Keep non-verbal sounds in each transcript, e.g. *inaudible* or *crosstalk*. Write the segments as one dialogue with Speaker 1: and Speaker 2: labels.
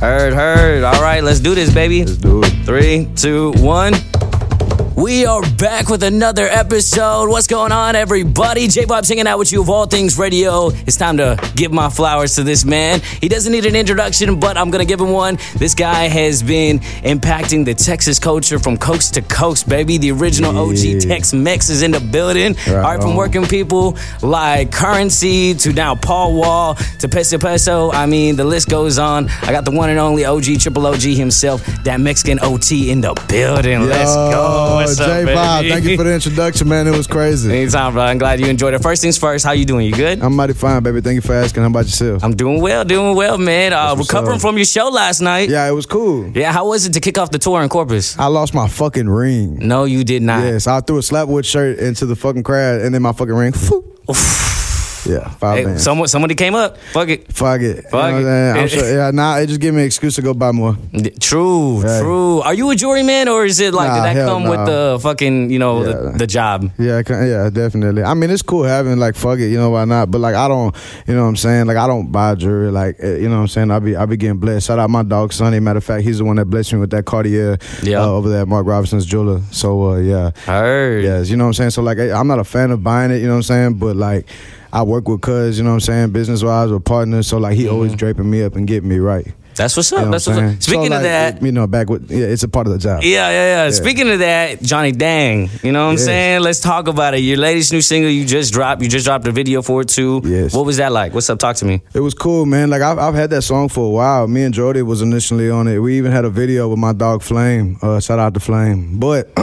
Speaker 1: Heard, heard. All right, let's do this, baby.
Speaker 2: Let's do it.
Speaker 1: Three, two, one. We are back with another episode. What's going on, everybody? J Bob's hanging out with you of all things radio. It's time to give my flowers to this man. He doesn't need an introduction, but I'm going to give him one. This guy has been impacting the Texas culture from coast to coast, baby. The original
Speaker 2: Yeah.
Speaker 1: OG Tex Mex is in the building.
Speaker 2: Right
Speaker 1: all right, from
Speaker 2: on.
Speaker 1: working people like Currency to now Paul Wall to Peso Peso. I mean, the list goes on. I got the one and only OG, Triple OG himself, that Mexican OT in the building. Let's go. What's up,
Speaker 2: J Bob,
Speaker 1: baby?
Speaker 2: thank you for the introduction, man. It was crazy.
Speaker 1: *laughs* Anytime, bro. I'm glad you enjoyed it. First things first, how you doing? You good?
Speaker 2: I'm mighty fine, baby. Thank you for asking. How about yourself?
Speaker 1: I'm doing well, doing well, man. Uh,
Speaker 2: what's
Speaker 1: recovering
Speaker 2: up.
Speaker 1: from your show last night.
Speaker 2: yeah, it was cool.
Speaker 1: Yeah, how was it to kick off the tour in Corpus?
Speaker 2: I lost my fucking ring.
Speaker 1: No, you did not.
Speaker 2: Yes, I threw a slapwood shirt into the fucking crowd, and then my fucking ring. phew. yeah, five
Speaker 1: Hey,
Speaker 2: bands.
Speaker 1: someone, somebody came up. Fuck it.
Speaker 2: Fuck it.
Speaker 1: Fuck
Speaker 2: you
Speaker 1: it.
Speaker 2: know what I'm
Speaker 1: *laughs*
Speaker 2: saying? I'm sure, yeah, nah, it just gave me an excuse to go buy more.
Speaker 1: D- True,
Speaker 2: Right.
Speaker 1: true. Are you a juryman or is it like
Speaker 2: Nah,
Speaker 1: did that
Speaker 2: hell
Speaker 1: come with
Speaker 2: nah.
Speaker 1: the fucking you know
Speaker 2: Yeah.
Speaker 1: the, the job?
Speaker 2: Yeah, I can- yeah, definitely. I mean, it's cool having like fuck it, you know why not? But like, I don't, you know what I'm saying? Like, I don't buy jewelry, like eh, you know what I'm saying? I be I be getting blessed. Shout out my dog Sonny. Matter of fact, he's the one that blessed me with that Cartier
Speaker 1: Yeah.
Speaker 2: uh, over there at Mark Robinson's jeweler. So uh, yeah,
Speaker 1: Heard.
Speaker 2: yes, you know what I'm saying. So like, eh, I'm not a fan of buying it, you know what I'm saying? But like. I work with cuz, you know what I'm saying, business wise with partners, so like he always draping me up and getting me right.
Speaker 1: That's what's up.
Speaker 2: You
Speaker 1: Mm-hmm. Oh,
Speaker 2: know what
Speaker 1: That's
Speaker 2: I'm
Speaker 1: what's
Speaker 2: saying?
Speaker 1: up.
Speaker 2: So,
Speaker 1: Speaking
Speaker 2: like,
Speaker 1: of that.
Speaker 2: it- you know, back with yeah, it's a part of the job.
Speaker 1: yeah, yeah, yeah, Speaking of that, Johnny Dang, you know what I'm
Speaker 2: Yes.
Speaker 1: saying? Let's talk about it. Your latest new single you just dropped, you just dropped a video for it too.
Speaker 2: Yes.
Speaker 1: What was that like? What's up? Talk to me.
Speaker 2: It was cool, man. Like I've, I've had that song for a while. Me and Jody was initially on it. We even had a video with my dog Flame. Uh, shout out to Flame. But *clears throat*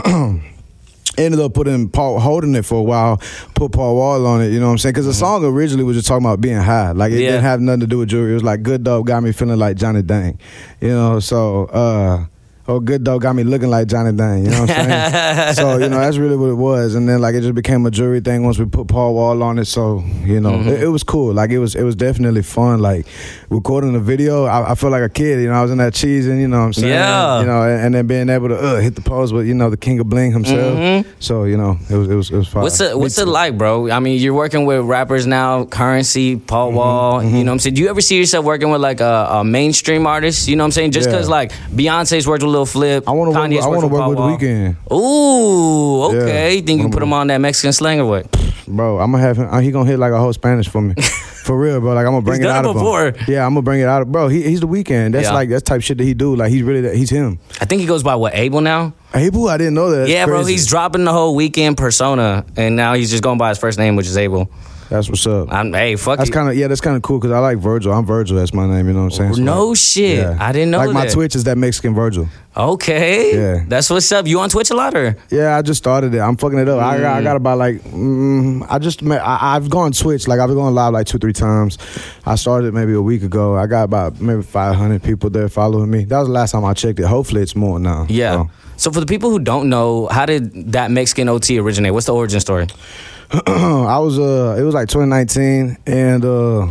Speaker 2: ended up putting Paul holding it for a while. Put Paul Wall on it. You know what I'm saying? Because the song originally was just talking about being high. Like it
Speaker 1: Mm-hmm. Yeah.
Speaker 2: didn't have nothing to do with jewelry. It was like Good Dog got me feeling like Johnny Dang. You know, so. uh Oh, good dog got me looking like Johnny Dang. You know what I'm
Speaker 1: *laughs*
Speaker 2: saying? so you know that's really what it was, and then like it just became a jewelry thing once we put Paul Wall on it. So you know
Speaker 1: Mm-hmm.
Speaker 2: it, it was cool. Like it was it was definitely fun. Like recording the video, I, I felt like a kid. You know, I was in that cheese, and you know what I'm saying.
Speaker 1: Yeah.
Speaker 2: You know, and, and then being able to uh, hit the pose with you know the King of Bling himself. So you know it was it was Uh, it was fun.
Speaker 1: Mm-hmm. What's it what's it like, bro? I mean, you're working with rappers now, currency, Paul
Speaker 2: Mm-hmm,
Speaker 1: Wall, you know what I'm saying? Do you ever see yourself working with like a, a mainstream artist? You know what I'm saying? Just
Speaker 2: Yeah.
Speaker 1: cause like Beyonce's worked with Lil Flip.
Speaker 2: I want to work.
Speaker 1: Kanye's
Speaker 2: With, I
Speaker 1: worked
Speaker 2: want to work
Speaker 1: Paul
Speaker 2: with the
Speaker 1: Wall.
Speaker 2: weekend,
Speaker 1: Ooh,
Speaker 2: Yeah. Um,
Speaker 1: okay. You think you can
Speaker 2: Wanna
Speaker 1: put him on that Mexican slang or what?
Speaker 2: bro. I'm gonna have him. uh, He gonna hit like a whole Spanish for
Speaker 1: *laughs*
Speaker 2: me. For real, bro. Like I'm gonna bring
Speaker 1: He's
Speaker 2: it
Speaker 1: done
Speaker 2: out
Speaker 1: it
Speaker 2: of
Speaker 1: before.
Speaker 2: him. Yeah, I'm gonna bring it out of bro. He, he's the weekend. That's
Speaker 1: Yeah.
Speaker 2: like that's type shit that he do. Like he's really that, he's him.
Speaker 1: I think he goes by what Abel now.
Speaker 2: Hey, boo, I didn't know that. That's
Speaker 1: yeah, bro,
Speaker 2: crazy.
Speaker 1: he's dropping the whole weekend persona, and now he's just going by his first name, which is Abel.
Speaker 2: That's what's up.
Speaker 1: I'm hey, fuck
Speaker 2: That's
Speaker 1: it.
Speaker 2: kind of yeah. That's kind of cool because I like Virgil. I'm Virgil. That's my name. You know what I'm saying? So,
Speaker 1: no
Speaker 2: like,
Speaker 1: shit,
Speaker 2: yeah.
Speaker 1: I didn't know
Speaker 2: Like my
Speaker 1: that.
Speaker 2: Twitch is that Mexican Virgil.
Speaker 1: Okay,
Speaker 2: Yeah.
Speaker 1: that's what's up. You on Twitch a lot or?
Speaker 2: Yeah, I just started it. I'm fucking it up. I, got, I got about like mm, I just ma- I, I've gone Twitch like I've been going live like two three times. I started it maybe a week ago. I got about maybe 500 people there following me. That was the last time I checked it. Hopefully it's more now.
Speaker 1: Yeah.
Speaker 2: So.
Speaker 1: So for the people who don't know, how did that Mexican OT originate? What's the origin story?
Speaker 2: *clears throat* I was uh it was like 2019 and uh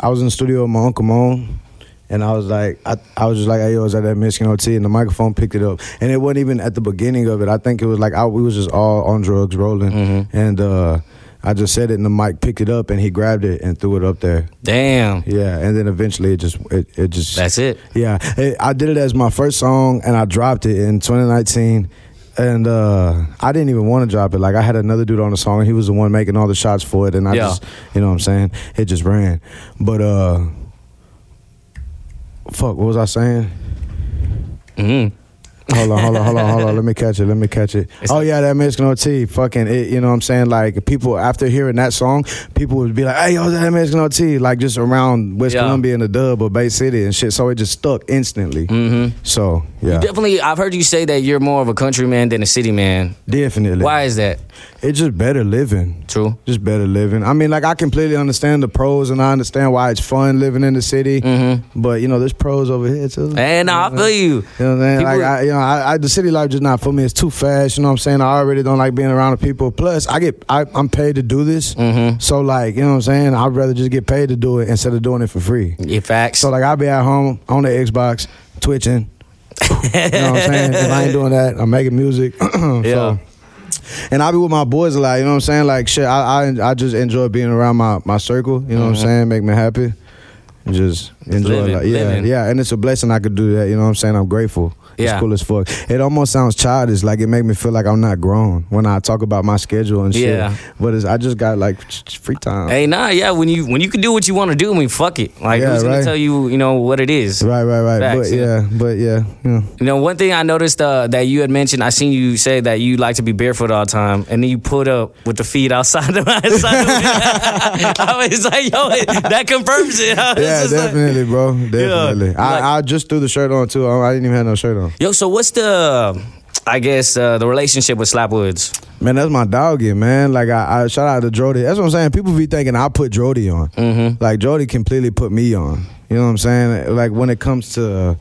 Speaker 2: I was in the studio with my uncle Moan and I was like I, I was just like hey yo is that that Michigan OT and the microphone picked it up and it wasn't even at the beginning of it I think it was like I, we was just all on drugs rolling and uh I just said it and the mic picked it up and he grabbed it and threw it up there
Speaker 1: Damn,
Speaker 2: yeah and then eventually it just it, it just
Speaker 1: that's it.
Speaker 2: yeah, it, I did it as my first song, and I dropped it in 2019. And uh, I didn't even want to drop it. Like I had another dude on the song, and he was the one making all the shots for it. And I
Speaker 1: Yeah.
Speaker 2: just, you know, what I'm saying it just ran. But uh, fuck, what was I saying?
Speaker 1: hmm
Speaker 2: Hold on, hold on, hold on, hold on. Let me catch it. Let me catch it.
Speaker 1: It's
Speaker 2: oh
Speaker 1: like-
Speaker 2: yeah, that Mexican OT, fucking it. You know what I'm saying? Like people after hearing that song, people would be like, "Hey, yo, that Mexican OT," like just around West
Speaker 1: Yeah.
Speaker 2: Columbia and the dub or Bay City and shit. So it just stuck instantly.
Speaker 1: Mm-hmm.
Speaker 2: So yeah,
Speaker 1: Definitely, I've heard you say that you're more of a countryman than a city man.
Speaker 2: definitely.
Speaker 1: Why is that
Speaker 2: It's just better living.
Speaker 1: true?
Speaker 2: Just better living. I mean, like I completely understand the pros and I understand why it's fun living in the city. Mm-hmm. But you know, there's pros over here too.
Speaker 1: And I feel you.
Speaker 2: You know what I'm saying? Like,
Speaker 1: People-
Speaker 2: I, you know, I, I, the city life just not for me. It's too fast. You know what I'm saying? I already don't like being around the people. Plus, I get, I, I'm paid to do this. Mm-hmm. So, like, you know what I'm saying? I'd rather just get paid to do it instead of doing it for free.
Speaker 1: Yeah, facts.
Speaker 2: So, like, I'll be at home on the Xbox, twitching. you know what
Speaker 1: *laughs*
Speaker 2: I'm saying? If I ain't doing that, I'm making music. *clears throat*
Speaker 1: Yeah.
Speaker 2: So, and I be with my boys a lot. You know what I'm saying? Like, shit, I, I, I just enjoy being around my, my circle. You know what I'm saying? Make me happy. and just, enjoy
Speaker 1: Uh-huh. living,
Speaker 2: life. Yeah,
Speaker 1: living.
Speaker 2: yeah, and it's a blessing I could do that. You know what I'm saying? I'm grateful.
Speaker 1: Yeah.
Speaker 2: It's cool as fuck. It almost sounds childish, like it make me feel like I'm not grown when I talk about my schedule and shit.
Speaker 1: Yeah.
Speaker 2: But it's, I just got like free time.
Speaker 1: Hey, nah, yeah. When you when you can do what you want to do, I mean, fuck it. Like,
Speaker 2: Yeah,
Speaker 1: who's gonna
Speaker 2: right.
Speaker 1: tell you, you know, what it is?
Speaker 2: Right, right, right.
Speaker 1: Facts,
Speaker 2: but
Speaker 1: yeah.
Speaker 2: yeah, but yeah, yeah.
Speaker 1: You know, one thing I noticed uh, that you had mentioned, I seen you say that you like to be barefoot all the time, and then you put up with the feet outside of *laughs* my outside the *laughs* I was like, yo, that confirms it. *laughs* I was
Speaker 2: Yeah,
Speaker 1: just like- *laughs*
Speaker 2: definitely, bro. Definitely. I,
Speaker 1: Like-
Speaker 2: I just threw the shirt on too. I, I didn't even have no shirt on.
Speaker 1: yo, so what's the, I guess, uh, the relationship with Slapwoods?
Speaker 2: Man, that's my doggy, man. Like I, I shout out to Jody. That's what I'm saying. People be thinking I put Jody on. Mm-hmm. Like Jody completely put me on. You know what I'm saying? Like when it comes to uh,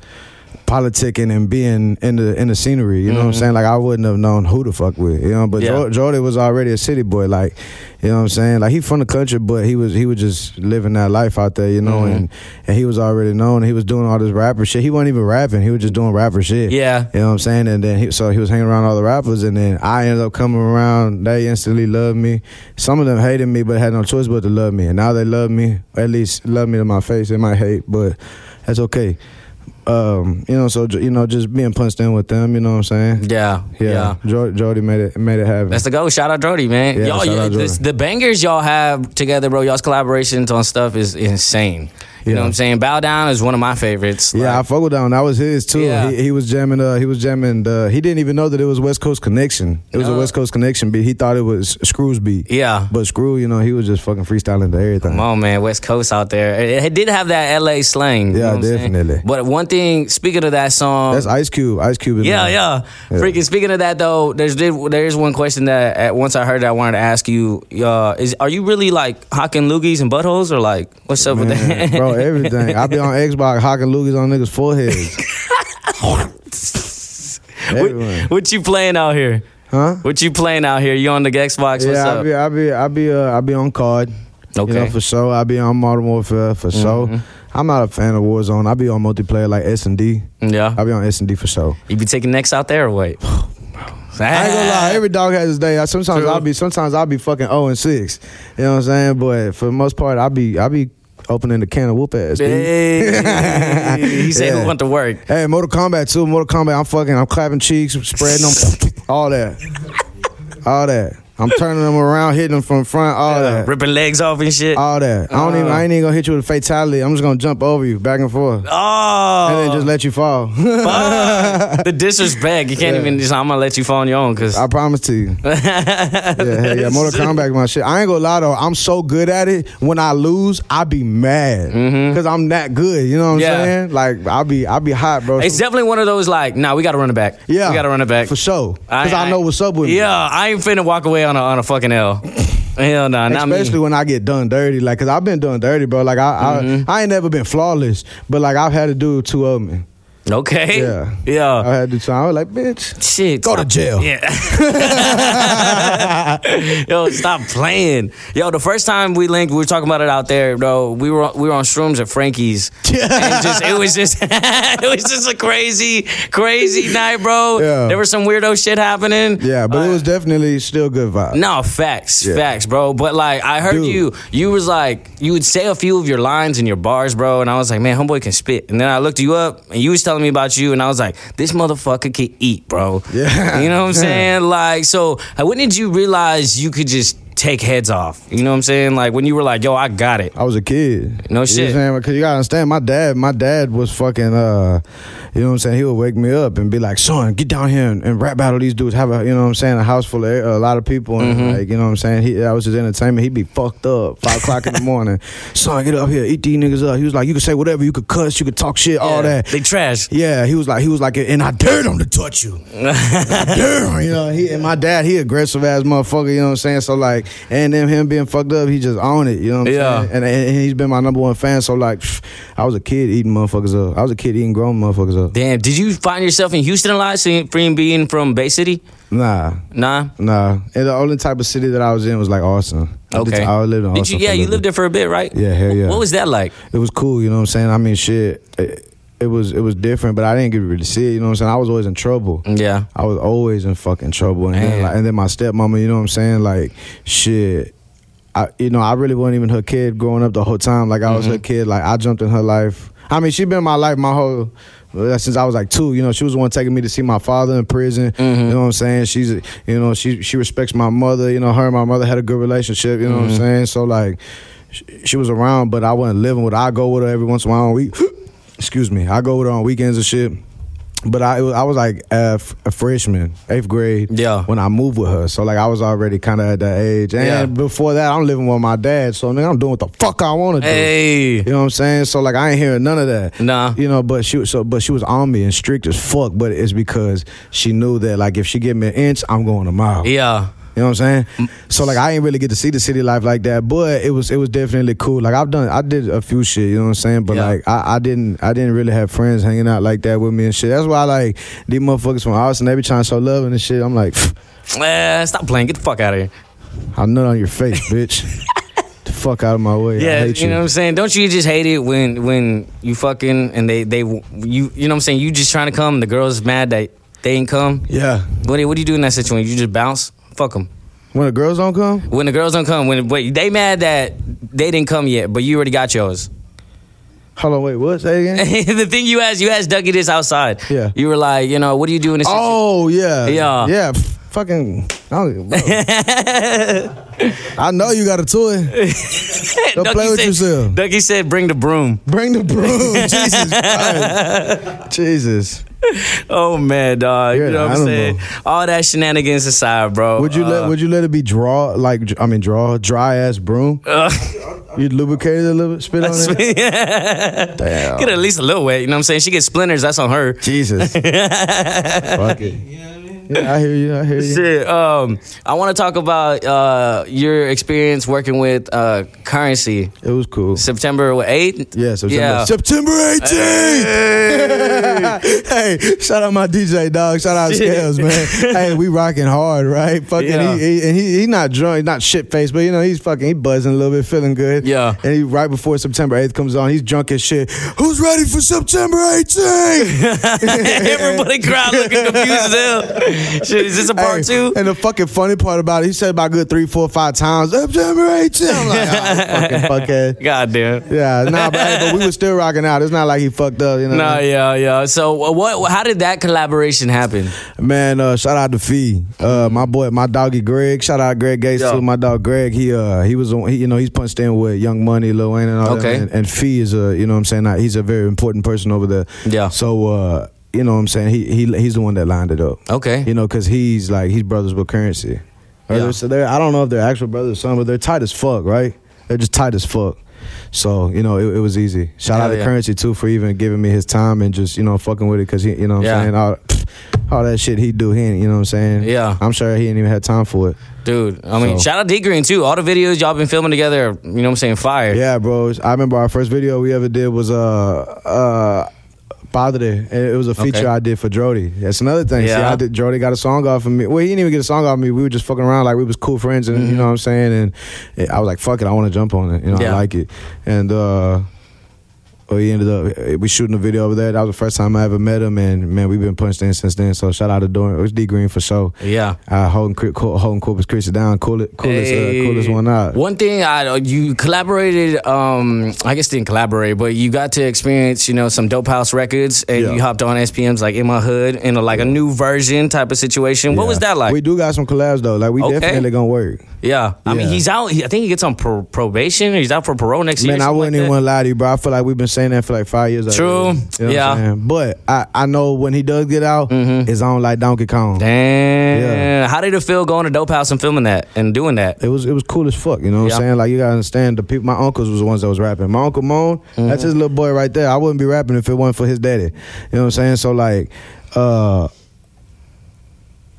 Speaker 2: politicking and being in the in the scenery, you know what I'm saying? Like I wouldn't have known who to fuck with. You know, but
Speaker 1: Mm-hmm. Yeah.
Speaker 2: Jo- Jody was already a city boy. Like you know what I'm saying? Like he from the country, but he was he was just living that life out there. You know,
Speaker 1: Mm-hmm.
Speaker 2: and and he was already known. He was doing all this rapper shit. He wasn't even rapping. He was just doing rapper shit.
Speaker 1: Yeah.
Speaker 2: You know what I'm saying? And then he, so he was hanging around all the rappers, and then I ended up coming around. They instantly loved me. Some of them hated me, but had no choice but to love me. And now they love me, at least love me to my face. They might hate, but that's okay. Um, you know, so ju- you know, just being punched in with them. You know what I'm saying?
Speaker 1: Yeah, yeah.
Speaker 2: Yeah. Jo- Jody made it made it happen.
Speaker 1: That's the go. Shout out Jody, man.
Speaker 2: Yeah,
Speaker 1: y'all,
Speaker 2: shout
Speaker 1: you-
Speaker 2: out Jody.
Speaker 1: this- the bangers y'all have together, bro. Y'all's collaborations on stuff is insane. You know
Speaker 2: Yeah.
Speaker 1: what I'm saying? Bow Down is one of my favorites.
Speaker 2: Yeah, I
Speaker 1: Like,
Speaker 2: fuck with that one. That was his too.
Speaker 1: Yeah.
Speaker 2: He, he was jamming. Uh, he was jamming. Uh, he didn't even know that it was West Coast Connection. It was
Speaker 1: No.
Speaker 2: a West Coast Connection beat. He thought it was Screw's beat.
Speaker 1: yeah.
Speaker 2: But Screw, you know, he was just fucking freestyling to everything.
Speaker 1: Come on, man. West Coast out there. It, it did have that LA slang. you
Speaker 2: Yeah,
Speaker 1: know what I'm saying?
Speaker 2: definitely.
Speaker 1: But one thing, speaking of that song.
Speaker 2: That's Ice Cube. Ice Cube. Is
Speaker 1: Um, yeah,
Speaker 2: mine.
Speaker 1: yeah,
Speaker 2: Yeah.
Speaker 1: Freaking speaking of that though, there's there's one question that at once I heard that I wanted to ask you. Uh, is are you really like hocking loogies and buttholes or like what's up with
Speaker 2: Man,
Speaker 1: that?
Speaker 2: bro, everything. I be on Xbox hocking loogies on niggas'
Speaker 1: *laughs*
Speaker 2: foreheads. Everyone.
Speaker 1: what, *laughs* what you playing out here?
Speaker 2: Huh?
Speaker 1: What you playing out here? You on the Xbox? What's
Speaker 2: yeah,
Speaker 1: up?
Speaker 2: I be, I be, I be, uh, I be on COD.
Speaker 1: Okay. Mm-hmm.
Speaker 2: You know, for sure. I be on Modern Warfare for sure. I'm not a fan of Warzone. I be on multiplayer like S and D.
Speaker 1: yeah.
Speaker 2: I be on S and D for sure.
Speaker 1: you be taking next out there or what? *sighs*
Speaker 2: I ain't gonna lie. Every dog has his day. I, sometimes
Speaker 1: True.
Speaker 2: I'll be, sometimes I'll be fucking zero and six. You know what I'm saying? But for the most part, I be, I be opening the can of whoop ass. dude.
Speaker 1: Hey, he said
Speaker 2: *laughs* Yeah.
Speaker 1: who want to work.
Speaker 2: Hey, Mortal Kombat too. Mortal Kombat. I'm fucking. I'm clapping cheeks,
Speaker 1: *laughs*
Speaker 2: spreading them, all that, all that. I'm turning them around, hitting them from front, all that,
Speaker 1: Ripping legs off and shit.
Speaker 2: all that. I don't even. I ain't
Speaker 1: Uh.
Speaker 2: even gonna hit you with a fatality. I'm just gonna jump over you, back and forth,
Speaker 1: oh,
Speaker 2: and then just let you fall. *laughs*
Speaker 1: *laughs* the disrespect. You can't
Speaker 2: Yeah.
Speaker 1: even. Just, I'm gonna let you phone your own *laughs* because
Speaker 2: I promise to you. Yeah, hell yeah.
Speaker 1: *laughs*
Speaker 2: Mortal Kombat, is my shit. I ain't gonna lie though. I'm so good at it. When I lose, I be mad because I'm that good. You know what I'm
Speaker 1: Mm-hmm. Yeah.
Speaker 2: saying? Like I be, I be hot, bro.
Speaker 1: it's definitely one of those like, nah, we gotta run it back.
Speaker 2: yeah,
Speaker 1: we gotta run it back
Speaker 2: for sure.
Speaker 1: I-
Speaker 2: Because I, know what's up with me.
Speaker 1: Yeah, I ain't finna walk away on a on a fucking L.
Speaker 2: *laughs*
Speaker 1: Hell nah, not me.
Speaker 2: Especially when I get done dirty, like, cause I've been done dirty, bro. Like, I,
Speaker 1: Mm-hmm.
Speaker 2: I, I ain't never been flawless, but like, I've had to do two of me.
Speaker 1: Okay.
Speaker 2: Yeah.
Speaker 1: Yeah.
Speaker 2: I had to. So I was like, bitch,
Speaker 1: Shit.
Speaker 2: Go to
Speaker 1: stop-
Speaker 2: jail.
Speaker 1: Yeah. *laughs* Yo, stop playing. Yo, the first time we linked, we were talking about it out there, bro. We were we were on shrooms at
Speaker 2: *laughs*
Speaker 1: Frankie's. and just it was just *laughs* it was just a crazy, crazy night, bro.
Speaker 2: Yeah.
Speaker 1: There was some weirdo shit happening.
Speaker 2: yeah. But
Speaker 1: Uh,
Speaker 2: it was definitely still good vibe.
Speaker 1: no, facts,
Speaker 2: Yeah.
Speaker 1: facts, bro. But like, I heard
Speaker 2: Dude.
Speaker 1: you. You was like, you would say a few of your lines in your bars, bro. And I was like, man, homeboy can spit. And then I looked you up, and you was telling me about you, and I was like, this motherfucker can eat, bro.
Speaker 2: *laughs* Yeah.
Speaker 1: *laughs* You know what I'm saying? Like, so uh, when did you realize you could just take heads off? You know what I'm saying? Like when you were like, yo, I got it.
Speaker 2: I was a kid.
Speaker 1: No
Speaker 2: you
Speaker 1: shit.
Speaker 2: Because you gotta understand, my dad, my dad was fucking. uh You know what I'm saying? He would wake me up and be like, "Son, get down here and, and rap battle these dudes. Have a, you know what I'm saying, a house full of a lot of people, and
Speaker 1: Mm-hmm.
Speaker 2: like, you know what I'm saying. He, that was his entertainment. He'd be fucked up five o'clock
Speaker 1: *laughs*
Speaker 2: in the morning. Son, get up here, eat these niggas up. He was like, you could say whatever, you could cuss, you could talk shit, all
Speaker 1: Yeah,
Speaker 2: that.
Speaker 1: They
Speaker 2: *laughs*
Speaker 1: trash.
Speaker 2: Yeah, he was like, he was like, and I dared him to touch you. I dared him, you know. He and my dad, he aggressive ass motherfucker. You know what I'm saying? So like, and then him being fucked up, he just own it. You know what I'm
Speaker 1: Yeah.
Speaker 2: saying? And, and he's been my number one fan. So like, pff, I was a kid eating motherfuckers up. I was a kid eating grown motherfuckers up.
Speaker 1: Damn, did you find yourself in Houston a lot, seeing from being from Bay City?
Speaker 2: Nah,
Speaker 1: Nah.
Speaker 2: nah. And the only type of city that I was in was like Austin. I did-
Speaker 1: Okay.
Speaker 2: I lived in Austin.
Speaker 1: Did you? Yeah,
Speaker 2: for a
Speaker 1: you
Speaker 2: little
Speaker 1: lived
Speaker 2: bit.
Speaker 1: there for a bit, right?
Speaker 2: Yeah, hell yeah.
Speaker 1: What was that like?
Speaker 2: It was cool. You know what I'm saying? I mean, shit. It, it was it was different, but I didn't get to really see it. You know what I'm saying? I was always in trouble.
Speaker 1: Yeah.
Speaker 2: I was always in fucking trouble, and then,
Speaker 1: Man.
Speaker 2: like, and then my stepmama, you know what I'm saying? Like, shit, I, you know, I really wasn't even her kid growing up the whole time. Like I was her kid. Like I jumped in her life. I mean, she been in my life my whole uh, since I was like two. You know, she was the one taking me to see my father in prison. You know what I'm saying? She's, you know, she she respects my mother. You know, her and my mother had a good relationship. You know what I'm saying? So like, she, she was around, but I wasn't living with. her. I go with her every once in a while on week. *gasps* Excuse me. I go with her on weekends and shit. But I, it was- I was like a, f- a freshman, eighth grade.
Speaker 1: Yeah.
Speaker 2: When I moved with her, so like I was already kind of at that age, and
Speaker 1: Yeah.
Speaker 2: before that, I'm living with my dad. So nigga, I'm doing what the fuck I want to do.
Speaker 1: Hey.
Speaker 2: You know what I'm saying? So like I ain't hearing none of that.
Speaker 1: Nah.
Speaker 2: You know, but she was so but she was on me and strict as fuck. But it's because she knew that like if she give me an inch, I'm going a mile.
Speaker 1: Yeah.
Speaker 2: You know what I'm saying?
Speaker 1: Mm.
Speaker 2: So like I ain't really get to see the city life like that, but it was it was definitely cool. Like I've done I did a few shit, you know what I'm saying? But
Speaker 1: Yeah.
Speaker 2: like I, I didn't I didn't really have friends hanging out like that with me and shit. That's why like these motherfuckers from Austin, they be trying to show love and shit. I'm like,
Speaker 1: Eh, stop playing. Get the fuck out of here.
Speaker 2: I nut on
Speaker 1: *laughs*
Speaker 2: your face, bitch. the fuck out of my way. I
Speaker 1: Yeah,
Speaker 2: hate
Speaker 1: you know what I'm saying. Don't you just hate it when when you fucking and they they you you know what I'm saying. You just trying to come. The girl's mad that they ain't come.
Speaker 2: Yeah.
Speaker 1: What do, what do you do in that situation? You just bounce. Fuck them.
Speaker 2: When the girls don't come,
Speaker 1: When the girls don't come, when wait, they mad that they didn't come yet, but you already got yours. *laughs*
Speaker 2: Hold on, wait, what? Say again?
Speaker 1: the thing you asked, you asked Dougie this outside.
Speaker 2: Yeah.
Speaker 1: You were like, you know, what do you do in this? situ-
Speaker 2: oh yeah,
Speaker 1: Yeah.
Speaker 2: yeah. f- Fucking, I, don't, bro.
Speaker 1: *laughs*
Speaker 2: I know you got a toy. Don't play with
Speaker 1: said,
Speaker 2: yourself.
Speaker 1: Dougie said, bring the broom.
Speaker 2: Bring
Speaker 1: *laughs*
Speaker 2: the broom, Jesus Christ, Jesus.
Speaker 1: Oh man, dog.
Speaker 2: You're
Speaker 1: you know
Speaker 2: an
Speaker 1: what I'm saying?
Speaker 2: animal.
Speaker 1: All that shenanigans aside, bro.
Speaker 2: Would you let
Speaker 1: uh,
Speaker 2: Would you let it be draw like I mean draw dry ass broom?
Speaker 1: *laughs* uh,
Speaker 2: You'd lubricate it a little bit, spit on
Speaker 1: *laughs*
Speaker 2: it. Damn.
Speaker 1: Get at least a little wet, you know what I'm saying? She gets splinters, that's on her.
Speaker 2: Jesus,
Speaker 1: *laughs*
Speaker 2: fuck it. Yeah, I hear you. I hear you.
Speaker 1: Shit. Um, I want to talk about uh, your experience working with uh, Currency
Speaker 2: It was cool.
Speaker 1: September what, 8th?
Speaker 2: Yeah, September. September 18th. *laughs* Hey. shout out my DJ dog. Shout out
Speaker 1: Shit. *laughs*
Speaker 2: Scales, man. Hey, we rocking hard, right? Fucking,
Speaker 1: Yeah.
Speaker 2: he, he and he, he not drunk, he not shit faced, but you know he's fucking, he buzzing a little bit, feeling good.
Speaker 1: Yeah.
Speaker 2: And he right before September 8th comes on, he's drunk as shit. Who's ready for September
Speaker 1: *laughs*
Speaker 2: 18th?
Speaker 1: Everybody crowd looking confused as hell. Shit, is this a *laughs* part
Speaker 2: Hey,
Speaker 1: two?
Speaker 2: And the fucking funny part about it, he said about a good three, four, five times September 18th. I'm like,
Speaker 1: *laughs*
Speaker 2: ah, fucking fuckhead.
Speaker 1: God damn.
Speaker 2: Yeah, nah, but, hey, but we were still rocking out. It's not like he fucked up, you know.
Speaker 1: No, yeah, yeah. So, uh, what? How did that collaboration happen?
Speaker 2: Man, uh, shout out to Fee, uh,
Speaker 1: Mm-hmm.
Speaker 2: my boy, my doggy Greg. Shout out Greg Gates
Speaker 1: Yeah.
Speaker 2: too. My dog Greg, he uh, he was on, he, you know he's punched in with Young Money, Lil Wayne, and all
Speaker 1: Okay.
Speaker 2: that. And, and Fee is a you know what I'm saying uh, he's a very important person over there.
Speaker 1: Yeah.
Speaker 2: So uh, you know what I'm saying he he he's the one that lined it up.
Speaker 1: Okay.
Speaker 2: You know because he's like he's brothers with currency. Or
Speaker 1: Yeah.
Speaker 2: they're- So they're I don't know if they're actual brothers or something, but they're tight as fuck, right? They're just tight as fuck. So you know it, it was easy. Shout
Speaker 1: Hell
Speaker 2: out to
Speaker 1: yeah.
Speaker 2: currency too for even giving me his time and just you know fucking with it because he you know what
Speaker 1: Yeah.
Speaker 2: I'm saying all, *sniffs* all that shit he do, he ain't, you know what I'm saying?
Speaker 1: Yeah.
Speaker 2: I'm sure he ain't even had time for it.
Speaker 1: Dude, I mean,
Speaker 2: So-
Speaker 1: shout out D Green too. All the videos y'all been filming together, are, you know what I'm saying, fire.
Speaker 2: Yeah, bro. I remember our first video we ever did was uh uh Padre. And It was a feature
Speaker 1: Okay.
Speaker 2: I did for Jody. That's another thing. See,
Speaker 1: Yeah.
Speaker 2: I did Jody got a song off of me. Well, he didn't even get a song off of me. We were just fucking around like we was cool friends and you know what I'm saying? And I was like, fuck it, I wanna jump on it. You know,
Speaker 1: Mm-hmm. Yeah.
Speaker 2: I like it. And uh well, he ended up eh, we shooting a video over there. That was the first time I ever met him, and man, we've been punched in since then. So shout out to Dorian, it was D Green for sure.
Speaker 1: Yeah.
Speaker 2: Uh, holding Cri- cool- holding Corpus Christi down, coolest coolest
Speaker 1: Hey.
Speaker 2: uh, coolest one out.
Speaker 1: One thing I uh, you collaborated, um, I guess didn't collaborate, but you got to experience, you know, some dope house records, and
Speaker 2: Yeah.
Speaker 1: you hopped on SPM's like in my hood in a, like a new version type of situation. What
Speaker 2: Yeah.
Speaker 1: was that like?
Speaker 2: We do got some collabs though. Like we
Speaker 1: Okay.
Speaker 2: definitely gonna work.
Speaker 1: yeah, I mean
Speaker 2: Yeah.
Speaker 1: he's out. He, I think he gets on pro- probation. Or he's out for parole next year.
Speaker 2: Man,
Speaker 1: or
Speaker 2: I
Speaker 1: something
Speaker 2: wouldn't
Speaker 1: like
Speaker 2: even want to lie to you, bro. I feel like we've been saying that for like five years. already.
Speaker 1: True.
Speaker 2: You know what
Speaker 1: Yeah. Mm-hmm.
Speaker 2: I'm saying? But I, I know when he does get out, it's on like Donkey Kong.
Speaker 1: that. Damn.
Speaker 2: Yeah.
Speaker 1: How did it feel going to dope house and filming that and doing that?
Speaker 2: It was it was cool as fuck. You know what
Speaker 1: Yeah.
Speaker 2: I'm saying? Like you gotta understand the people. My uncles was the ones that was rapping. My uncle Moan,
Speaker 1: Mm-hmm.
Speaker 2: that's his little boy right there. I wouldn't be rapping if it wasn't for his daddy. You know what I'm saying? So like, uh.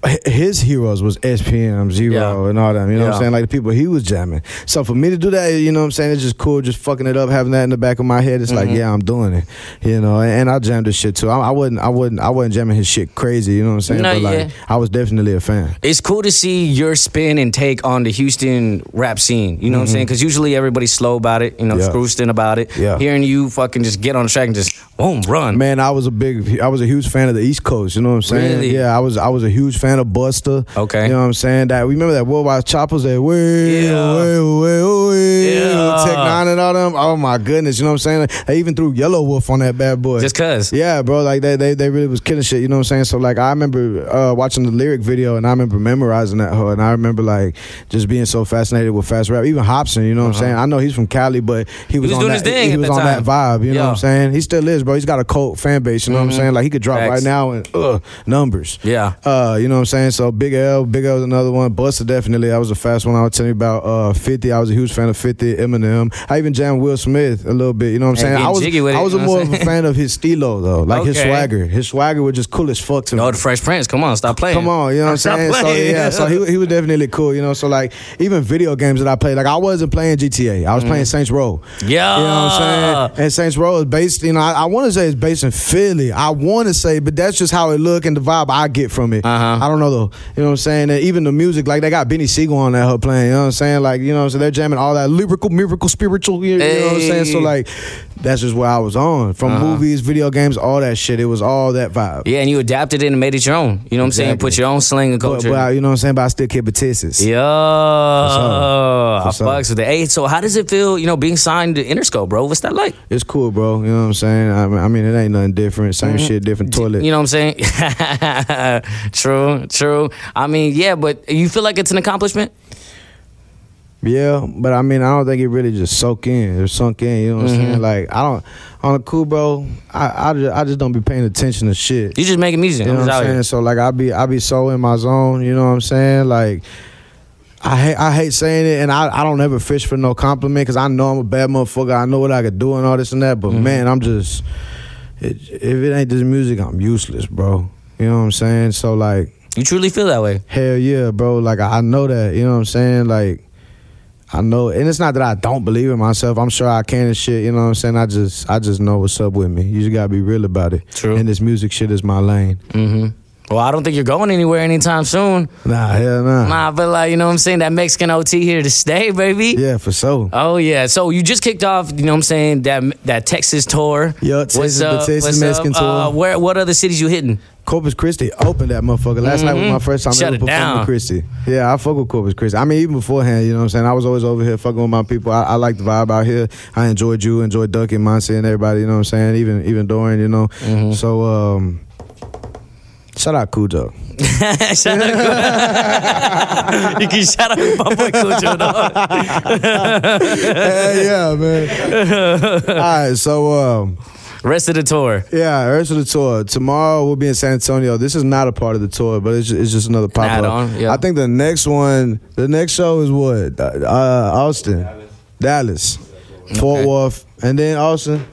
Speaker 2: hi- His heroes was SPM, Zero,
Speaker 1: Yeah.
Speaker 2: and all them. You know what
Speaker 1: Yeah.
Speaker 2: I'm saying? Like the people he was jamming. So for me to do that, you know what I'm saying? It's just cool, just fucking it up, having that in the back of my head. It's
Speaker 1: Mm-hmm.
Speaker 2: like, yeah, I'm doing it. You know, and, and I jammed his shit too. I, I wasn't, I wasn't, I wasn't jamming his shit crazy. You know what I'm saying?
Speaker 1: No,
Speaker 2: but like,
Speaker 1: yeah.
Speaker 2: I was definitely a fan.
Speaker 1: it's cool to see your spin and take on the Houston rap scene. You know what I'm saying? Because usually everybody's slow about it, you know,
Speaker 2: Mm-hmm. Yeah.
Speaker 1: Scrooston about it.
Speaker 2: Yeah.
Speaker 1: Hearing you fucking just get on the track and just boom, run.
Speaker 2: Man, I was a big, I was a huge fan of the East Coast. You know what I'm saying?
Speaker 1: Really?
Speaker 2: Yeah, I was, I was a huge fan Atlanta Buster.
Speaker 1: Okay.
Speaker 2: You know what I'm saying? That remember that worldwide choppers that way,
Speaker 1: Yeah.
Speaker 2: way, way, way,
Speaker 1: Yeah.
Speaker 2: Tech Nine and all them. Oh my goodness, you know what I'm saying? Like, they even threw Yellow Wolf on that bad boy.
Speaker 1: Just cuz.
Speaker 2: Yeah, bro. Like they, they they really was killing shit. You know what I'm saying? So like I remember uh, watching the lyric video and I remember memorizing that hoe and I remember like just being so fascinated with fast rap. Even Hobson, you know what I'm saying? I know he's from Cali, but he was,
Speaker 1: Uh-huh. was
Speaker 2: on
Speaker 1: doing
Speaker 2: that,
Speaker 1: his thing
Speaker 2: He
Speaker 1: at
Speaker 2: was
Speaker 1: that
Speaker 2: on that
Speaker 1: time.
Speaker 2: vibe. You know
Speaker 1: Yeah. Mm-hmm.
Speaker 2: what I'm saying? He still is, bro. He's got a cult fan base. You know what I'm saying? Like he could drop
Speaker 1: Facts.
Speaker 2: right now and uh, numbers.
Speaker 1: Yeah.
Speaker 2: Uh, you know what I'm saying? So Big L, Big L was another one. Buster definitely. I was the fast one. I was telling you about uh, 50. I was a huge fan of 50, Eminem. I even jammed Will Smith a little bit. You know what I'm
Speaker 1: Hey,
Speaker 2: saying?
Speaker 1: getting
Speaker 2: I was
Speaker 1: jiggy with it,
Speaker 2: I was
Speaker 1: you
Speaker 2: a
Speaker 1: know what
Speaker 2: more
Speaker 1: I'm
Speaker 2: of a
Speaker 1: saying?
Speaker 2: fan of his stilo though, like his
Speaker 1: Okay.
Speaker 2: swagger. His swagger was just cool as fuck to me.
Speaker 1: Oh, the Fresh Prince. Come on, stop playing.
Speaker 2: Come on, you know what I'm
Speaker 1: Stop
Speaker 2: saying? So
Speaker 1: playing.
Speaker 2: yeah,
Speaker 1: *laughs*
Speaker 2: so he, he was definitely cool, you know. So like even video games that I played, like I wasn't playing GTA, I was playing Saints Row.
Speaker 1: Mm. Yeah.
Speaker 2: You know what I'm
Speaker 1: Uh.
Speaker 2: saying? And Saints Row is based, you know, I, I want to say it's based in Philly. I want to say, but that's just how it look and the vibe I get from it.
Speaker 1: Uh-huh.
Speaker 2: I don't know though. You know what I'm saying? And even the music, like they got Benny Siegel on that her playing. You know what I'm saying? Like you know, what I'm saying? they're jamming all that lyrical, miracle, spiritual. You, you know what I'm saying? So
Speaker 1: Hey. Uh-huh.
Speaker 2: like that's just where I was on from movies, video games, all that shit. It was all that vibe.
Speaker 1: Yeah, and you adapted it and made it your own. You know what I'm saying?
Speaker 2: Exactly.
Speaker 1: Put your own slang and
Speaker 2: But,
Speaker 1: culture.
Speaker 2: but I- you know what I'm saying? But I still kept Batistas.
Speaker 1: Yeah,
Speaker 2: For
Speaker 1: I
Speaker 2: sure.
Speaker 1: fucks with it. Hey, so how does it feel? You know, being signed to Interscope, bro. What's that like?
Speaker 2: It's cool, bro. You know what I'm saying? I mean, I mean it ain't nothing different. Same
Speaker 1: Mm-hmm.
Speaker 2: shit, different toilet.
Speaker 1: You know what I'm saying? *laughs* true, true. I mean, yeah, but you feel like it's an accomplishment.
Speaker 2: Yeah, but I mean, I don't think it really just soak in or sunk in. You know what
Speaker 1: Mm-hmm.
Speaker 2: I'm saying? Like, I don't on a cool, bro. I I just, I just don't be paying attention to shit.
Speaker 1: You just making music.
Speaker 2: You know
Speaker 1: I'm
Speaker 2: what
Speaker 1: just
Speaker 2: I'm
Speaker 1: out
Speaker 2: saying?
Speaker 1: here.
Speaker 2: So like, I be I be so in my zone. You know what I'm saying? Like. I hate, I hate saying it, and I, I don't ever fish for no compliment because I know I'm a bad motherfucker. I know what I could do and all this and that, but
Speaker 1: Mm-hmm.
Speaker 2: man, I'm just it, if it ain't this music, I'm useless, bro. You know what I'm saying? So like,
Speaker 1: You truly feel that way.
Speaker 2: Hell yeah, bro. Like I I know that. You know what I'm saying? Like I know and it's not that I don't believe in myself. I'm sure I can and shit. You know what I'm saying? I just I just know what's up with me. You just gotta be real about it.
Speaker 1: True.
Speaker 2: And this music shit is my lane.
Speaker 1: hmm Well, I don't think you're going anywhere anytime soon.
Speaker 2: Nah, hell nah.
Speaker 1: Nah, but like, you know what I'm saying? That Mexican OT here to stay, baby.
Speaker 2: Yeah, for sure.
Speaker 1: Oh yeah, so you just kicked off, you know what I'm saying, that that Texas tour.
Speaker 2: Yeah,
Speaker 1: What's
Speaker 2: Texas- the
Speaker 1: up?
Speaker 2: Texas
Speaker 1: What's
Speaker 2: Mexican
Speaker 1: up? Uh,
Speaker 2: tour.
Speaker 1: where what other cities you hitting? *laughs*
Speaker 2: Corpus Christi opened that motherfucker. Last night was
Speaker 1: Mhm.
Speaker 2: my first time
Speaker 1: Shut
Speaker 2: ever
Speaker 1: it
Speaker 2: performing
Speaker 1: down.
Speaker 2: with Christi. Yeah, I fuck with Corpus Christi. I mean, even beforehand, you know what I'm saying? I was always over here fucking with my people. I, I like the vibe out here. I enjoyed you, enjoyed Ducky, Monse, and everybody, you know what I'm saying? Even even Dorian, you know.
Speaker 1: Mm-hmm.
Speaker 2: So um Shout out Kudo.
Speaker 1: shout
Speaker 2: *laughs*
Speaker 1: out, you can shout out my boy Cujo, dog.
Speaker 2: Hell yeah, man. *laughs* All right, so um,
Speaker 1: Rest of the tour.
Speaker 2: yeah, rest of the tour. Tomorrow we'll be in San Antonio. This is not a part of the tour, but it's just, it's just another pop up.
Speaker 1: add-on, yeah.
Speaker 2: I think the next one, the next show is what? Uh, Austin, Dallas, Fort
Speaker 1: Okay.
Speaker 2: Worth, and then Austin.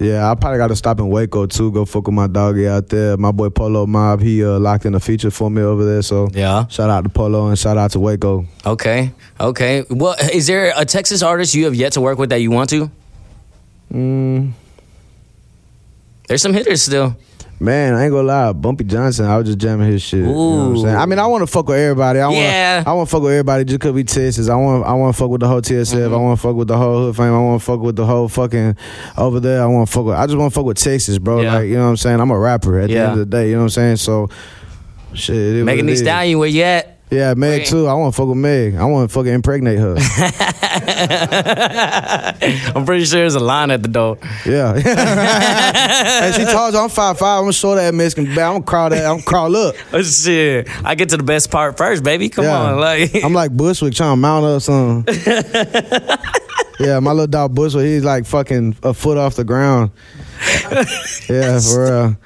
Speaker 2: Yeah, I probably got to stop in Waco too. Go fuck with my doggy out there. My boy Polo Mob, he uh, locked in a feature for me over there. So
Speaker 1: Yeah.
Speaker 2: shout out to Polo and shout out to Waco.
Speaker 1: Okay. Okay. Well, is there a Texas artist you have yet to work with that you want to?
Speaker 2: Mm.
Speaker 1: There's some hitters still.
Speaker 2: Man, I ain't gonna lie, Bumpy Johnson, I was just jamming his shit. You know what I'm saying?
Speaker 1: Ooh.
Speaker 2: I mean, I want to fuck with everybody. I want,
Speaker 1: Yeah.
Speaker 2: I want to fuck with everybody just cause we Texas. I want, I want to fuck with the whole TSF. I
Speaker 1: Mm-hmm.
Speaker 2: want to fuck with the whole hood fame. I want to fuck with the whole fucking over there. I want to fuck with. I just want to fuck with Texas, bro.
Speaker 1: Yeah.
Speaker 2: Like you know what I'm saying. I'm a rapper at
Speaker 1: Yeah.
Speaker 2: the end of the day. You know what I'm saying. So, shit, it is
Speaker 1: Megan
Speaker 2: what it
Speaker 1: Thee
Speaker 2: is.
Speaker 1: Stallion, where you at?
Speaker 2: Yeah, Meg
Speaker 1: Okay.
Speaker 2: too. I want to fuck with Meg. I want to fucking impregnate
Speaker 1: *laughs*
Speaker 2: her.
Speaker 1: I'm pretty sure there's a line at the door.
Speaker 2: yeah. *laughs* and she told you I'm five five. I'm short that Mexican. I'm gonna crawl that. I'm gonna crawl up.
Speaker 1: Oh, shit. I get to the best part first, baby. Come
Speaker 2: Yeah.
Speaker 1: on. Like
Speaker 2: I'm like Bushwick trying to mount up something. yeah, my little dog Bushwick, he's like fucking a foot off the ground. yeah, for real.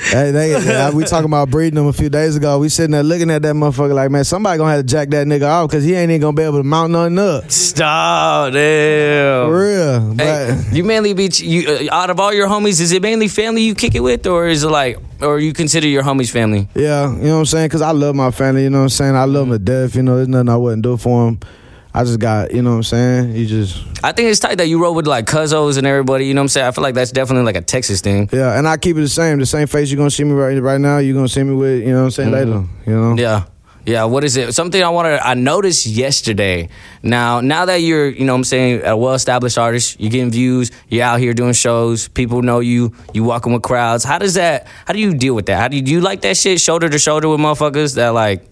Speaker 2: Hey, they, yeah, we talking about breeding him a few days ago. We sitting there looking at that motherfucker like, man, somebody gonna have to jack that nigga off because he ain't even gonna be able to mount nothing
Speaker 1: *laughs*
Speaker 2: up.
Speaker 1: Stop, damn.
Speaker 2: For real. But
Speaker 1: Oh. Hey, you mainly be you uh, out of all your homies. Is it mainly family you kick it with, or is it like, or you consider your homies family?
Speaker 2: yeah, you know what I'm saying? Because I love my family, you know what I'm saying? I love them to death. You know, there's nothing I wouldn't do for them. I just got, you know what I'm saying? You just.
Speaker 1: I think it's tight that you roll with like cuzos and everybody. You know what I'm saying? I feel like that's definitely like a Texas thing.
Speaker 2: Yeah, and I keep it the same. The same face you're gonna see me right right now, you're gonna see me with, you know what I'm saying, later. You know?
Speaker 1: Mm-hmm. Yeah, yeah. Yeah, what is it? Something I wanted I noticed yesterday. Now, now that you're, you know what I'm saying, a well-established artist, you're getting views, you're out here doing shows, people know you, you walking with crowds. How does that how do you deal with that? How do you, do you like that shit shoulder to shoulder with motherfuckers that like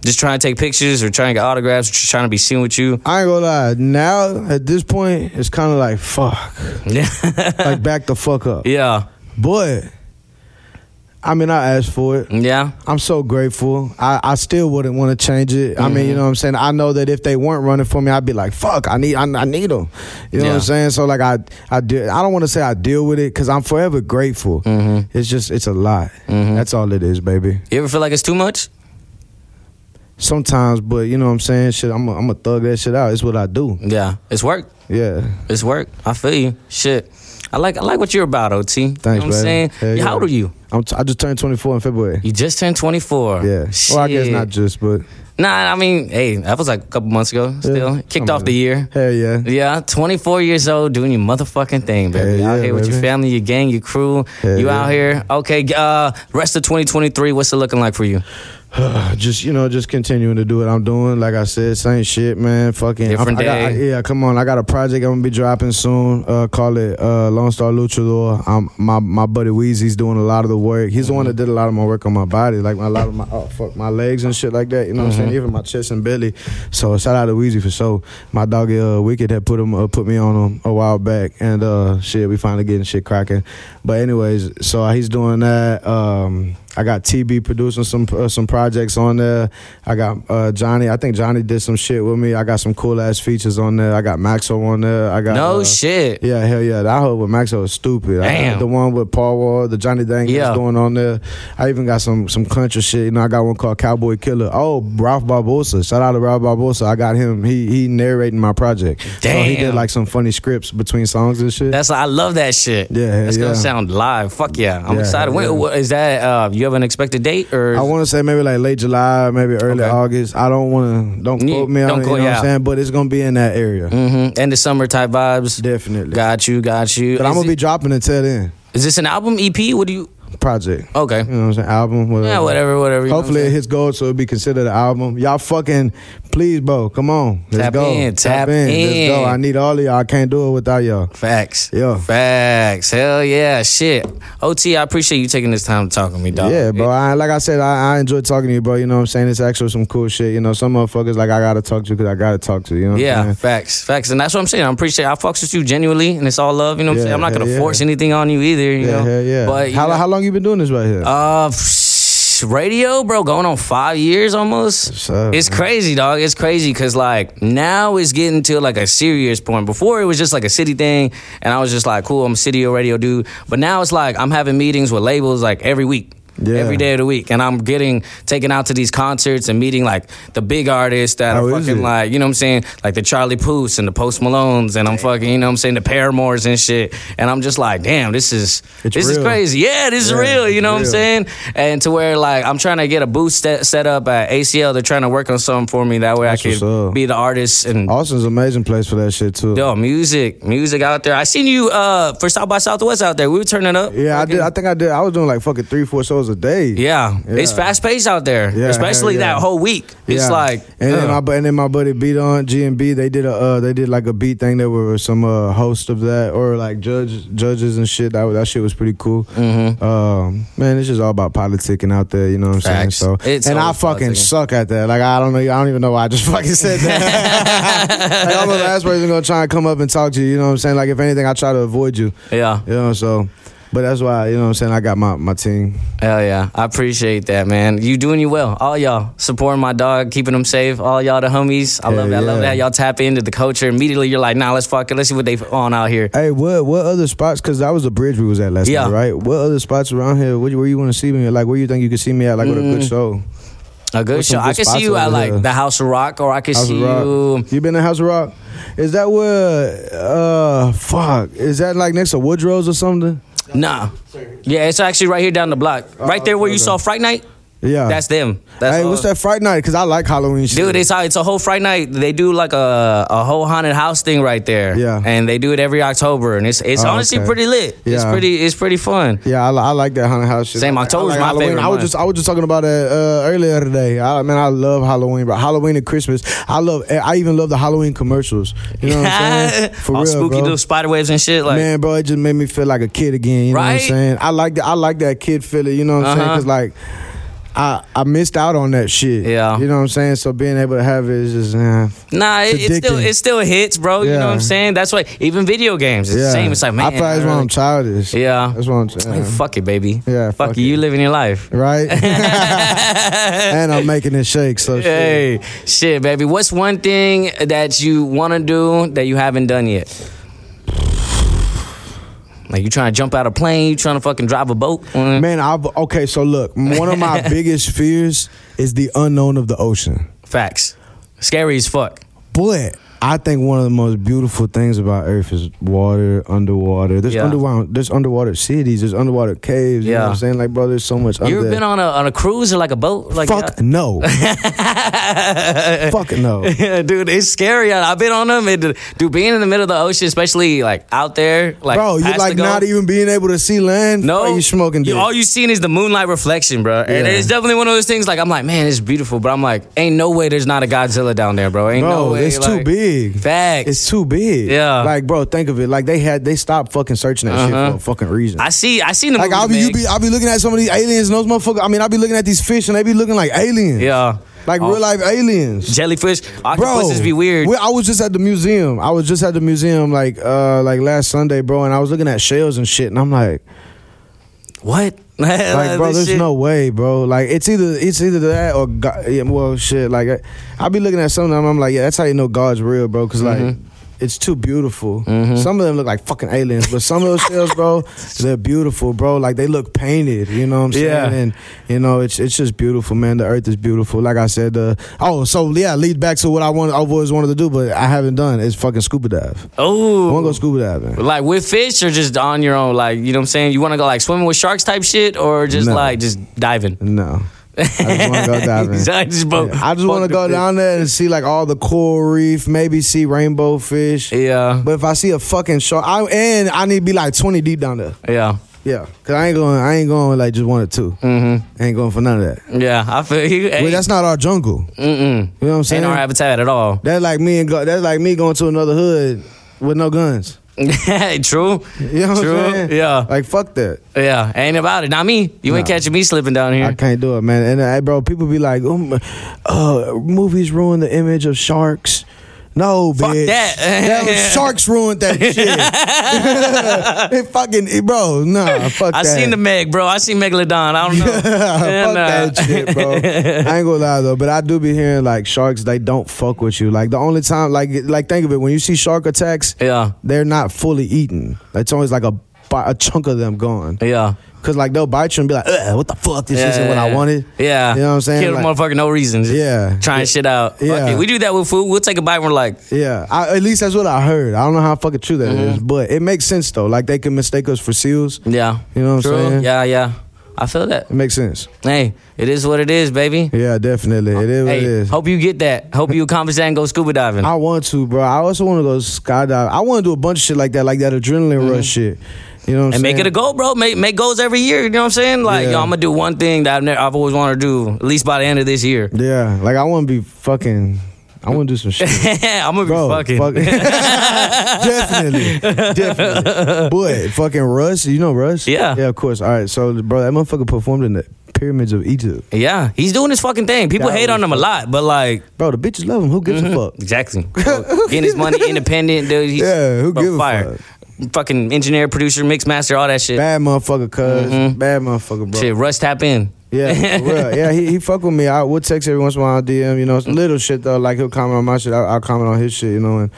Speaker 1: just trying to take pictures or trying to get autographs or just trying to be seen with
Speaker 2: *laughs*
Speaker 1: you?
Speaker 2: I ain't gonna lie. Now at this point, it's kind of
Speaker 1: *laughs*
Speaker 2: like fuck, like back the fuck up.
Speaker 1: yeah.
Speaker 2: But I mean, I asked for it.
Speaker 1: Yeah.
Speaker 2: I'm so grateful. I, I still wouldn't want to change it. I
Speaker 1: Mm-hmm.
Speaker 2: mean, you know what I'm saying? I know that if they weren't running for me, I'd be like, fuck, I need I, I need them. You know what
Speaker 1: Yeah.
Speaker 2: I'm saying? So like I I de- I don't want to say I deal with it cuz I'm forever grateful.
Speaker 1: Mm-hmm.
Speaker 2: It's just it's a lot. That's all it is, baby.
Speaker 1: You ever feel like it's too much?
Speaker 2: Sometimes, but you know what I'm saying? Shit, I'm a, I'm a thug that shit out. It's what I do.
Speaker 1: Yeah. It's work.
Speaker 2: Yeah.
Speaker 1: It's work. I feel you. Shit. I like I like what you're about, OT.
Speaker 2: Thanks,
Speaker 1: you know what I'm
Speaker 2: baby.
Speaker 1: saying?
Speaker 2: Hell yeah.
Speaker 1: How old are you?
Speaker 2: I'm t- I just turned 24 in February.
Speaker 1: You just turned 24.
Speaker 2: Yeah.
Speaker 1: Shit.
Speaker 2: Well, I guess not just, but
Speaker 1: Nah, I mean, hey, that was like a couple months ago. Still
Speaker 2: Yeah.
Speaker 1: kicked
Speaker 2: Come
Speaker 1: off
Speaker 2: on.
Speaker 1: the year.
Speaker 2: hell yeah.
Speaker 1: Yeah, 24 years old, doing your motherfucking thing, baby.
Speaker 2: Hell
Speaker 1: out
Speaker 2: yeah,
Speaker 1: here with your
Speaker 2: baby.
Speaker 1: family, your gang, your crew.
Speaker 2: Hell
Speaker 1: you
Speaker 2: yeah.
Speaker 1: out here. Okay, g- uh, rest of 2023, what's it looking like for you?
Speaker 2: *sighs* just you know, just continuing to do what I'm doing. Like I said, same shit, man. Fucking
Speaker 1: Different
Speaker 2: I, I got- I-
Speaker 1: day.
Speaker 2: yeah, come on. I got a project I'm gonna be dropping soon. Uh, call it uh, Lone Star Luchador. Um, my my buddy Weezy's doing a lot of the work. He's the one that did a lot of my work on my body, like my, a lot of my oh, fuck my legs and shit like that. You know
Speaker 1: Mm-hmm.
Speaker 2: what I'm saying? Even my chest and belly. So shout out to Weezy for sure. My dog uh, Wicked had put him uh, put me on him a while back, and uh, shit, we finally getting shit cracking. But anyways, so he's doing that. Um, I got TB producing some uh, some projects on there. I got uh, Johnny. I think Johnny did some shit with me. I got some cool ass features on there. I got Maxo on there. I got
Speaker 1: no
Speaker 2: uh,
Speaker 1: shit.
Speaker 2: Yeah, hell yeah. That whole with Maxo is stupid. I-
Speaker 1: Damn.
Speaker 2: the one with Paul Wall, the Johnny Dang
Speaker 1: Yeah.
Speaker 2: is doing on there. I even got some some country shit. You know, I got one called Cowboy Killer. Oh, Ralph Barbosa. Shout out to Ralph Barbosa. I got him. He he narrating my project. So he
Speaker 1: Damn.
Speaker 2: did like some funny scripts between songs and shit.
Speaker 1: That's I love that shit.
Speaker 2: Yeah,
Speaker 1: That's
Speaker 2: yeah.
Speaker 1: gonna sound live. Fuck yeah. I'm
Speaker 2: Yeah,
Speaker 1: excited. When,
Speaker 2: yeah.
Speaker 1: what- is that uh you have an expected date or
Speaker 2: I want to say maybe like late July, maybe early
Speaker 1: Okay.
Speaker 2: August. I don't want to don't
Speaker 1: Yeah,
Speaker 2: quote me on
Speaker 1: don't
Speaker 2: it,
Speaker 1: quote-
Speaker 2: you know what
Speaker 1: yeah.
Speaker 2: I'm saying, but it's gonna be in that area
Speaker 1: mm-hmm. end of summer type vibes?
Speaker 2: definitely.
Speaker 1: Got you, got you.
Speaker 2: but
Speaker 1: is,
Speaker 2: I'm gonna
Speaker 1: it-
Speaker 2: be dropping until then.
Speaker 1: is this an album EP? What do you
Speaker 2: Project,
Speaker 1: Okay.
Speaker 2: you know what I'm saying? Album, whatever.
Speaker 1: Yeah, whatever, whatever. you know what I'm
Speaker 2: Hopefully it
Speaker 1: saying?
Speaker 2: hits gold, so it'll be considered an album. Y'all fucking, please, bro, come on, let's
Speaker 1: Tap
Speaker 2: go,
Speaker 1: in, tap in.
Speaker 2: let's go. I need all of y'all. I can't do it without y'all.
Speaker 1: Facts.
Speaker 2: Yeah.
Speaker 1: Facts. Hell yeah. Shit. OT, I appreciate you taking this time to talk to me, dog.
Speaker 2: Yeah, bro. I, like I said, I, I enjoy talking to you, bro. You know what I'm saying? It's actually some cool shit. You know, some motherfuckers like I gotta talk to because I gotta talk to. You know? What
Speaker 1: Yeah,
Speaker 2: I'm saying?
Speaker 1: facts, facts, and that's what I'm saying. I appreciate. I fucks with you genuinely, and it's all love. You know, what I'm
Speaker 2: Yeah,
Speaker 1: saying I'm not
Speaker 2: hell
Speaker 1: gonna
Speaker 2: yeah.
Speaker 1: force anything on you either. You
Speaker 2: yeah,
Speaker 1: know,
Speaker 2: hell yeah.
Speaker 1: But you
Speaker 2: how,
Speaker 1: know,
Speaker 2: how long you been doing this right here?
Speaker 1: Uh, psh, radio, bro, going on five years almost.
Speaker 2: What's up,
Speaker 1: it's
Speaker 2: man?
Speaker 1: crazy, dog. It's crazy because like now it's getting to like a serious point. Before it was just like a city thing, and I was just like, cool, I'm a city or radio dude. But now it's like I'm having meetings with labels like every week.
Speaker 2: Yeah.
Speaker 1: Every day of the week, and I'm getting taken out to these concerts and meeting like the big artists that
Speaker 2: How
Speaker 1: are
Speaker 2: is
Speaker 1: fucking
Speaker 2: it?
Speaker 1: like, you know what I'm saying, like the Charlie Puths and the Post Malones, and I'm fucking, you know what I'm saying, the Paramours and shit. And I'm just like, damn, this is
Speaker 2: It's
Speaker 1: this is
Speaker 2: real.
Speaker 1: crazy. Yeah, this is
Speaker 2: Yeah,
Speaker 1: real. You
Speaker 2: it's
Speaker 1: know what I'm
Speaker 2: real.
Speaker 1: saying? in, and to where like I'm trying to get a booth set, set up at ACL. They're trying to work on something for me that way I
Speaker 2: what's
Speaker 1: can
Speaker 2: up.
Speaker 1: be the artist and
Speaker 2: Austin's an amazing place for that shit too.
Speaker 1: yo music, music out there. I seen you uh for South by Southwest out there. We were turning up.
Speaker 2: Yeah, I
Speaker 1: Fucking-
Speaker 2: did. I think I did. I was doing like fucking three, four shows a day.
Speaker 1: Yeah,
Speaker 2: Yeah.
Speaker 1: it's fast paced out there,
Speaker 2: Yeah,
Speaker 1: especially
Speaker 2: hell yeah.
Speaker 1: that whole week. It's
Speaker 2: Yeah.
Speaker 1: like
Speaker 2: and then,
Speaker 1: ugh.
Speaker 2: my, bu- and then my buddy beat on G and B. They did a uh, they did like a beat thing. There were some uh, host of that or like judge judges and shit. That was- that shit was pretty cool.
Speaker 1: Mm-hmm.
Speaker 2: Um, man, it's just all about politicking out there. You know what I'm
Speaker 1: Facts.
Speaker 2: saying? So
Speaker 1: It's
Speaker 2: and I
Speaker 1: always
Speaker 2: fucking
Speaker 1: politicking.
Speaker 2: suck at that. Like I don't know. I don't even know why I just *laughs* fucking
Speaker 1: *laughs*
Speaker 2: said that. like, I'm the last person gonna try and come up and talk to you. You know what I'm saying? Like if anything, I try to avoid you.
Speaker 1: yeah.
Speaker 2: You know so. But that's why, you know what I'm saying, I got my, my team.
Speaker 1: Hell yeah. I appreciate that, man. You doing you well. All y'all supporting my dog, keeping him safe. All y'all the homies. I love that.
Speaker 2: Hell
Speaker 1: I love
Speaker 2: yeah.
Speaker 1: that. Y'all tap into the culture. Immediately you're like, nah, let's fuck it. Let's see what they on out here.
Speaker 2: Hey, what what other spots? Because that was the bridge we was at last
Speaker 1: Yeah.
Speaker 2: night, right? What other spots around here? Where, you- where you want to see me? Like, where you think you could see me at? Like, with a good
Speaker 1: Mm.
Speaker 2: show?
Speaker 1: A good
Speaker 2: There's
Speaker 1: show.
Speaker 2: some
Speaker 1: I
Speaker 2: good
Speaker 1: can see
Speaker 2: spots
Speaker 1: you at
Speaker 2: over
Speaker 1: like
Speaker 2: there.
Speaker 1: the House of Rock, or I can
Speaker 2: House
Speaker 1: see
Speaker 2: of Rock.
Speaker 1: you.
Speaker 2: You been to House of Rock? Is that where? Uh, fuck. Is that like next to Woodrow's or something?
Speaker 1: Nah, yeah, it's actually right here down the block, right there where you
Speaker 2: Oh,
Speaker 1: saw
Speaker 2: okay.
Speaker 1: Fright Night.
Speaker 2: Yeah.
Speaker 1: That's them. That's
Speaker 2: hey,
Speaker 1: all.
Speaker 2: what's that Fright Night? Because I like Halloween shit.
Speaker 1: Dude, it's a, it's a whole Friday night. They do like a, a whole haunted house thing right there.
Speaker 2: Yeah.
Speaker 1: And they do it every October, and it's it's
Speaker 2: Oh,
Speaker 1: honestly
Speaker 2: okay.
Speaker 1: pretty lit. It's
Speaker 2: Yeah.
Speaker 1: pretty it's pretty fun.
Speaker 2: Yeah, I, li- I like that haunted house shit.
Speaker 1: Same,
Speaker 2: I- I
Speaker 1: October's
Speaker 2: like
Speaker 1: my
Speaker 2: Halloween.
Speaker 1: favorite
Speaker 2: I was
Speaker 1: month.
Speaker 2: just I was just talking about that uh, earlier today. I, man, I love Halloween, but Halloween and Christmas, I love. eh, I even love the Halloween commercials. You know what I'm
Speaker 1: *laughs*
Speaker 2: saying? For
Speaker 1: All
Speaker 2: real,
Speaker 1: spooky
Speaker 2: bro.
Speaker 1: little spider webs and shit. Like
Speaker 2: man, bro, it just made me feel like a kid again. You know what
Speaker 1: Right?
Speaker 2: I'm saying? I like that. I like that kid feeling. You know what I'm saying?
Speaker 1: Uh-huh.
Speaker 2: Because like. I, I missed out on that shit.
Speaker 1: Yeah.
Speaker 2: You know what I'm saying? So being able to have it is just, eh.
Speaker 1: Nah, it, it
Speaker 2: It's
Speaker 1: still
Speaker 2: addicting.
Speaker 1: it still hits, bro. You know what I'm
Speaker 2: Yeah.
Speaker 1: saying? That's why even video games, it's
Speaker 2: yeah.
Speaker 1: the same. It's like man,
Speaker 2: I feel like that's why
Speaker 1: really-
Speaker 2: I'm childish.
Speaker 1: Yeah.
Speaker 2: That's why I'm childish.
Speaker 1: Like, fuck it, baby.
Speaker 2: Yeah,
Speaker 1: fuck,
Speaker 2: fuck
Speaker 1: it. You
Speaker 2: it.
Speaker 1: living your life. *laughs*
Speaker 2: right? *laughs* and I'm making it shake. So shit.
Speaker 1: Hey, shit, baby. What's one thing that you want to do that you haven't done yet? Like you trying to jump out a plane? You trying to fucking drive a boat? *laughs* Mm.
Speaker 2: man, I've okay. So look, one of
Speaker 1: *laughs*
Speaker 2: my biggest fears is the unknown of the ocean.
Speaker 1: Facts. Scary as fuck.
Speaker 2: But I think one of the most beautiful things about Earth is water, underwater. There's
Speaker 1: Yeah.
Speaker 2: underwater, there's underwater cities, there's underwater caves. You know
Speaker 1: Yeah.
Speaker 2: what I'm saying? Like, bro, there's so much.
Speaker 1: You
Speaker 2: under
Speaker 1: ever
Speaker 2: there.
Speaker 1: been on a on a cruise or like a boat? Like
Speaker 2: Fuck no. Fuck no.
Speaker 1: *laughs* dude, it's scary. I- I've been on them. It, dude, being in the middle of the ocean, especially like out there, like
Speaker 2: Bro, you
Speaker 1: past
Speaker 2: like
Speaker 1: the goal-
Speaker 2: not even being able to see land?
Speaker 1: No,
Speaker 2: Bro, you smoking dick.
Speaker 1: all you seen is the moonlight reflection, bro. And
Speaker 2: Yeah.
Speaker 1: it's definitely one of those things. Like I'm like, man, it's beautiful, but I'm like, ain't no way there's not a Godzilla down there, bro. Ain't
Speaker 2: Bro,
Speaker 1: no way.
Speaker 2: it's
Speaker 1: like-
Speaker 2: too big.
Speaker 1: Facts.
Speaker 2: It's too big.
Speaker 1: Yeah. Uh-huh.
Speaker 2: Like, bro, think of it. Like they had they stopped fucking searching that shit for a fucking reason.
Speaker 1: I see. I seen the
Speaker 2: like
Speaker 1: movie,
Speaker 2: I'll be you
Speaker 1: Meg.
Speaker 2: be I'll be looking at some of these aliens and those motherfuckers. I mean, I'll be looking at these fish and they be looking like aliens.
Speaker 1: yeah,
Speaker 2: Like
Speaker 1: Oh,
Speaker 2: real life aliens.
Speaker 1: jellyfish,
Speaker 2: Bro,
Speaker 1: octopuses be weird.
Speaker 2: we- I was just at the museum. I was just at the museum like uh like last Sunday, bro, and I was looking at shells and shit, and I'm like,
Speaker 1: what? *laughs* uh,
Speaker 2: like, bro, there's no way, bro. Like, it's either it's either that or God, yeah, well, shit. Like, I, I be looking at some of them. I'm like, yeah, that's how you know God's real, bro. Because like, it's too beautiful. Some of them look like fucking aliens, but some of those shells, bro, they're beautiful, bro. Like they look painted. You know what I'm saying?
Speaker 1: Yeah.
Speaker 2: And you know, it's it's just beautiful, man. The earth is beautiful. Like I said, uh, oh, so yeah, leads back to what I want. I've always wanted to do, but I haven't done. It's fucking scuba dive. I want to go
Speaker 1: Oh,
Speaker 2: scuba diving.
Speaker 1: like with fish or just on your own? Like you know what I'm saying? You want to go like swimming with sharks type shit or just
Speaker 2: No.
Speaker 1: like just diving?
Speaker 2: No. I just want to
Speaker 1: *laughs*
Speaker 2: go diving.
Speaker 1: I just, bo-
Speaker 2: I just want to
Speaker 1: fuck the
Speaker 2: go
Speaker 1: fish.
Speaker 2: down there and see like all the coral reef, maybe see rainbow fish.
Speaker 1: Yeah,
Speaker 2: But if I see a fucking shark, I, and I need to be like twenty deep down there.
Speaker 1: yeah.
Speaker 2: Yeah, cause I ain't going. I ain't going with like just one or 2 Mm-hmm. I ain't going for none of that.
Speaker 1: Yeah, I feel you. Hey,
Speaker 2: Well, that's not our jungle.
Speaker 1: mm-mm.
Speaker 2: You know what I'm
Speaker 1: Mm-hmm. Ain't
Speaker 2: saying?
Speaker 1: our habitat at all.
Speaker 2: that's like me and go, that's like me going to another hood with no guns.
Speaker 1: *laughs* True.
Speaker 2: You know what
Speaker 1: True.
Speaker 2: I'm saying?
Speaker 1: Yeah.
Speaker 2: Like fuck that.
Speaker 1: yeah. Ain't about it. Not me. You ain't
Speaker 2: Nah.
Speaker 1: catching me slipping down
Speaker 2: I
Speaker 1: here.
Speaker 2: can't do it, man. And uh, bro, people be like, um, uh, movies ruin the image of sharks. No,
Speaker 1: Fuck
Speaker 2: bitch.
Speaker 1: that.
Speaker 2: was- sharks ruined
Speaker 1: *laughs*
Speaker 2: that shit. *laughs* it fucking, it- bro, nah, fuck
Speaker 1: I,
Speaker 2: that.
Speaker 1: seen
Speaker 2: *laughs*
Speaker 1: the Meg, bro. I seen Megalodon. I don't know. uh,
Speaker 2: fuck
Speaker 1: nah.
Speaker 2: that shit, bro. I ain't gonna lie though, but I do be hearing like sharks. They don't fuck with you. Like the only time, like, like think of it when you see shark attacks,
Speaker 1: *laughs* Yeah.
Speaker 2: they're not fully eaten. It's always like a bi- a chunk of them gone.
Speaker 1: Yeah.
Speaker 2: Cause like they'll bite you and be like, "Ugh, what the fuck? This isn't what I wanted.
Speaker 1: Yeah.
Speaker 2: you know what I'm saying.
Speaker 1: Kill
Speaker 2: Like-
Speaker 1: a motherfucker, no reason. Just
Speaker 2: Yeah.
Speaker 1: Trying shit out. Yeah.
Speaker 2: Yeah.
Speaker 1: we do that with food. We'll take a bite and we're like,
Speaker 2: Yeah, I, at least that's what I heard. I don't know how fucking true that is,
Speaker 1: Mm-hmm.
Speaker 2: but it makes sense though. Like they can mistake us for seals.
Speaker 1: yeah.
Speaker 2: You know what I'm
Speaker 1: True.
Speaker 2: saying?
Speaker 1: Yeah, yeah. I feel that.
Speaker 2: It makes sense.
Speaker 1: Hey, it is what it is, baby.
Speaker 2: Yeah, definitely. It is. what it
Speaker 1: Hey,
Speaker 2: is.
Speaker 1: hope you get that. Hope you accomplish that and go scuba diving.
Speaker 2: I want to, bro. I also want to go skydive. I want to do a bunch of shit like that, like that adrenaline rush shit. You know
Speaker 1: Mm-hmm. and
Speaker 2: what I'm saying?
Speaker 1: make it a goal, bro. Make make goals every year. You know what I'm saying? Like,
Speaker 2: Yeah.
Speaker 1: yo, I'm gonna do one thing that I've never, I've always wanted to do. At least by the end of this year,
Speaker 2: Yeah, like I want to be fucking. I want
Speaker 1: *laughs*
Speaker 2: to do some shit.
Speaker 1: I'm gonna
Speaker 2: *laughs* Bro,
Speaker 1: be fucking. *laughs*
Speaker 2: fuck- definitely, definitely. But fucking Russ, you know Russ?
Speaker 1: Yeah.
Speaker 2: yeah, of course. All right, so bro, that motherfucker performed in the pyramids of Egypt.
Speaker 1: Yeah, he's doing his fucking thing. People
Speaker 2: That
Speaker 1: hate on
Speaker 2: was
Speaker 1: him a lot, but like,
Speaker 2: Bro, the bitches love him. Who gives
Speaker 1: Mm-hmm.
Speaker 2: a fuck?
Speaker 1: exactly,
Speaker 2: *laughs*
Speaker 1: getting his money independent, dude. He's,
Speaker 2: Yeah, who
Speaker 1: bro,
Speaker 2: give a
Speaker 1: fire. Fucking engineer, producer, mix master, all that shit.
Speaker 2: Bad motherfucker, because Bad motherfucker, bro.
Speaker 1: Mm-hmm. Shit, Russ tap in.
Speaker 2: Yeah, for
Speaker 1: *laughs*
Speaker 2: real. yeah. He, he fuck with me. I would text every once in a while. I DM, you know, it's little shit though. Like he'll comment on my shit. I, I'll comment on his shit. You know, and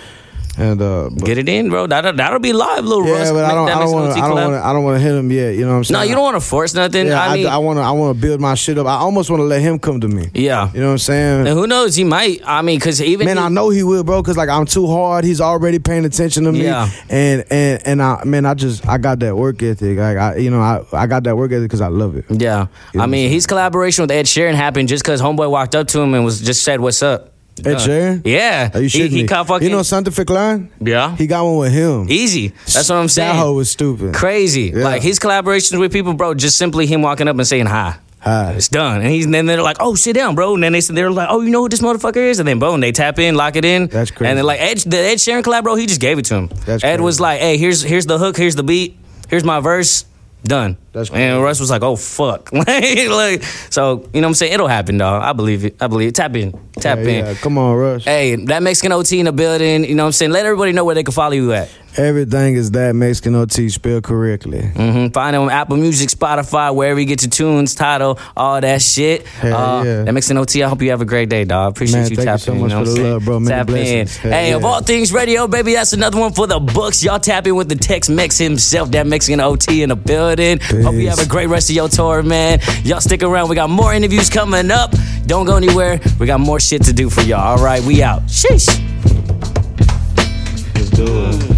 Speaker 2: And uh, but,
Speaker 1: Get it in, bro. That'll, that'll be live, little
Speaker 2: yeah,
Speaker 1: Russ.
Speaker 2: but I
Speaker 1: Make
Speaker 2: don't,
Speaker 1: that
Speaker 2: I don't
Speaker 1: Mixed
Speaker 2: want,
Speaker 1: OT
Speaker 2: I don't
Speaker 1: collab.
Speaker 2: want, I don't want to hit him yet. You know what I'm saying?
Speaker 1: No, you don't want to force nothing.
Speaker 2: Yeah,
Speaker 1: I mean,
Speaker 2: want to, I want to build my shit up. I almost want to let him come to me.
Speaker 1: yeah.
Speaker 2: You know what I'm saying?
Speaker 1: And who knows? He might. I mean, because even
Speaker 2: man,
Speaker 1: he-
Speaker 2: I know he will, bro. Cause like I'm too hard. He's already paying attention to me.
Speaker 1: Yeah.
Speaker 2: And and and I man, I just I got that work ethic. Like I, you know, I I got that work ethic because I love it.
Speaker 1: Yeah.
Speaker 2: You know
Speaker 1: I mean, his collaboration with Ed Sheeran happened just because Homeboy walked up to him and was just said, What's up?
Speaker 2: Ed
Speaker 1: Uh,
Speaker 2: Sheeran?
Speaker 1: Yeah.
Speaker 2: Are you
Speaker 1: He,
Speaker 2: shitting
Speaker 1: he
Speaker 2: me?
Speaker 1: caught fucking.
Speaker 2: You know Santa Line?
Speaker 1: yeah.
Speaker 2: He got one with him.
Speaker 1: Easy. That's what I'm saying.
Speaker 2: That hoe was stupid.
Speaker 1: Crazy.
Speaker 2: Yeah.
Speaker 1: Like his collaborations with people, bro, just simply him walking up and saying hi. Uh,
Speaker 2: Hi.
Speaker 1: It's done. And he's and then they're like, oh, sit down, bro. And then they they're like, oh, you know who this motherfucker is? And then boom, they tap in, lock it in.
Speaker 2: That's crazy.
Speaker 1: And then like Ed, the Ed Sheeran collab, bro, he just gave it to him.
Speaker 2: That's
Speaker 1: Ed
Speaker 2: crazy.
Speaker 1: was like, hey, here's here's the hook, here's the beat, here's my verse. Done.
Speaker 2: That's
Speaker 1: And
Speaker 2: crazy.
Speaker 1: Russ was like, oh fuck. *laughs* like, like, so you know what I'm saying? It'll happen, dog. I believe it. I believe it. Tap in. Tap
Speaker 2: Yeah,
Speaker 1: in.
Speaker 2: yeah. Come on, Rush.
Speaker 1: Hey, that Mexican OT in the building, you know what I'm saying? Let everybody know where they can follow you at.
Speaker 2: Everything is that Mexican OT spelled correctly.
Speaker 1: hmm Find him on Apple Music, Spotify, wherever you get your tunes, title, all that shit. Uh,
Speaker 2: Hell yeah.
Speaker 1: That makes an OT. I hope you have a great day, dog. Appreciate
Speaker 2: Man,
Speaker 1: you
Speaker 2: thank you
Speaker 1: tapping
Speaker 2: so
Speaker 1: in.
Speaker 2: much
Speaker 1: know what
Speaker 2: for the
Speaker 1: I'm saying?
Speaker 2: love, bro. Many
Speaker 1: Tap in.
Speaker 2: blessings. Hell
Speaker 1: Hey, of
Speaker 2: yeah.
Speaker 1: all things radio, baby, that's another one for the books. Y'all tap in with the Tex Mex himself, that Mexican OT in the building. Hope you
Speaker 2: Peace.
Speaker 1: have a great rest of your tour, man. Y'all stick around. We got more interviews coming up. Don't go anywhere. We got more shit to do for y'all. All right, we out. Sheesh.
Speaker 2: Let's do it.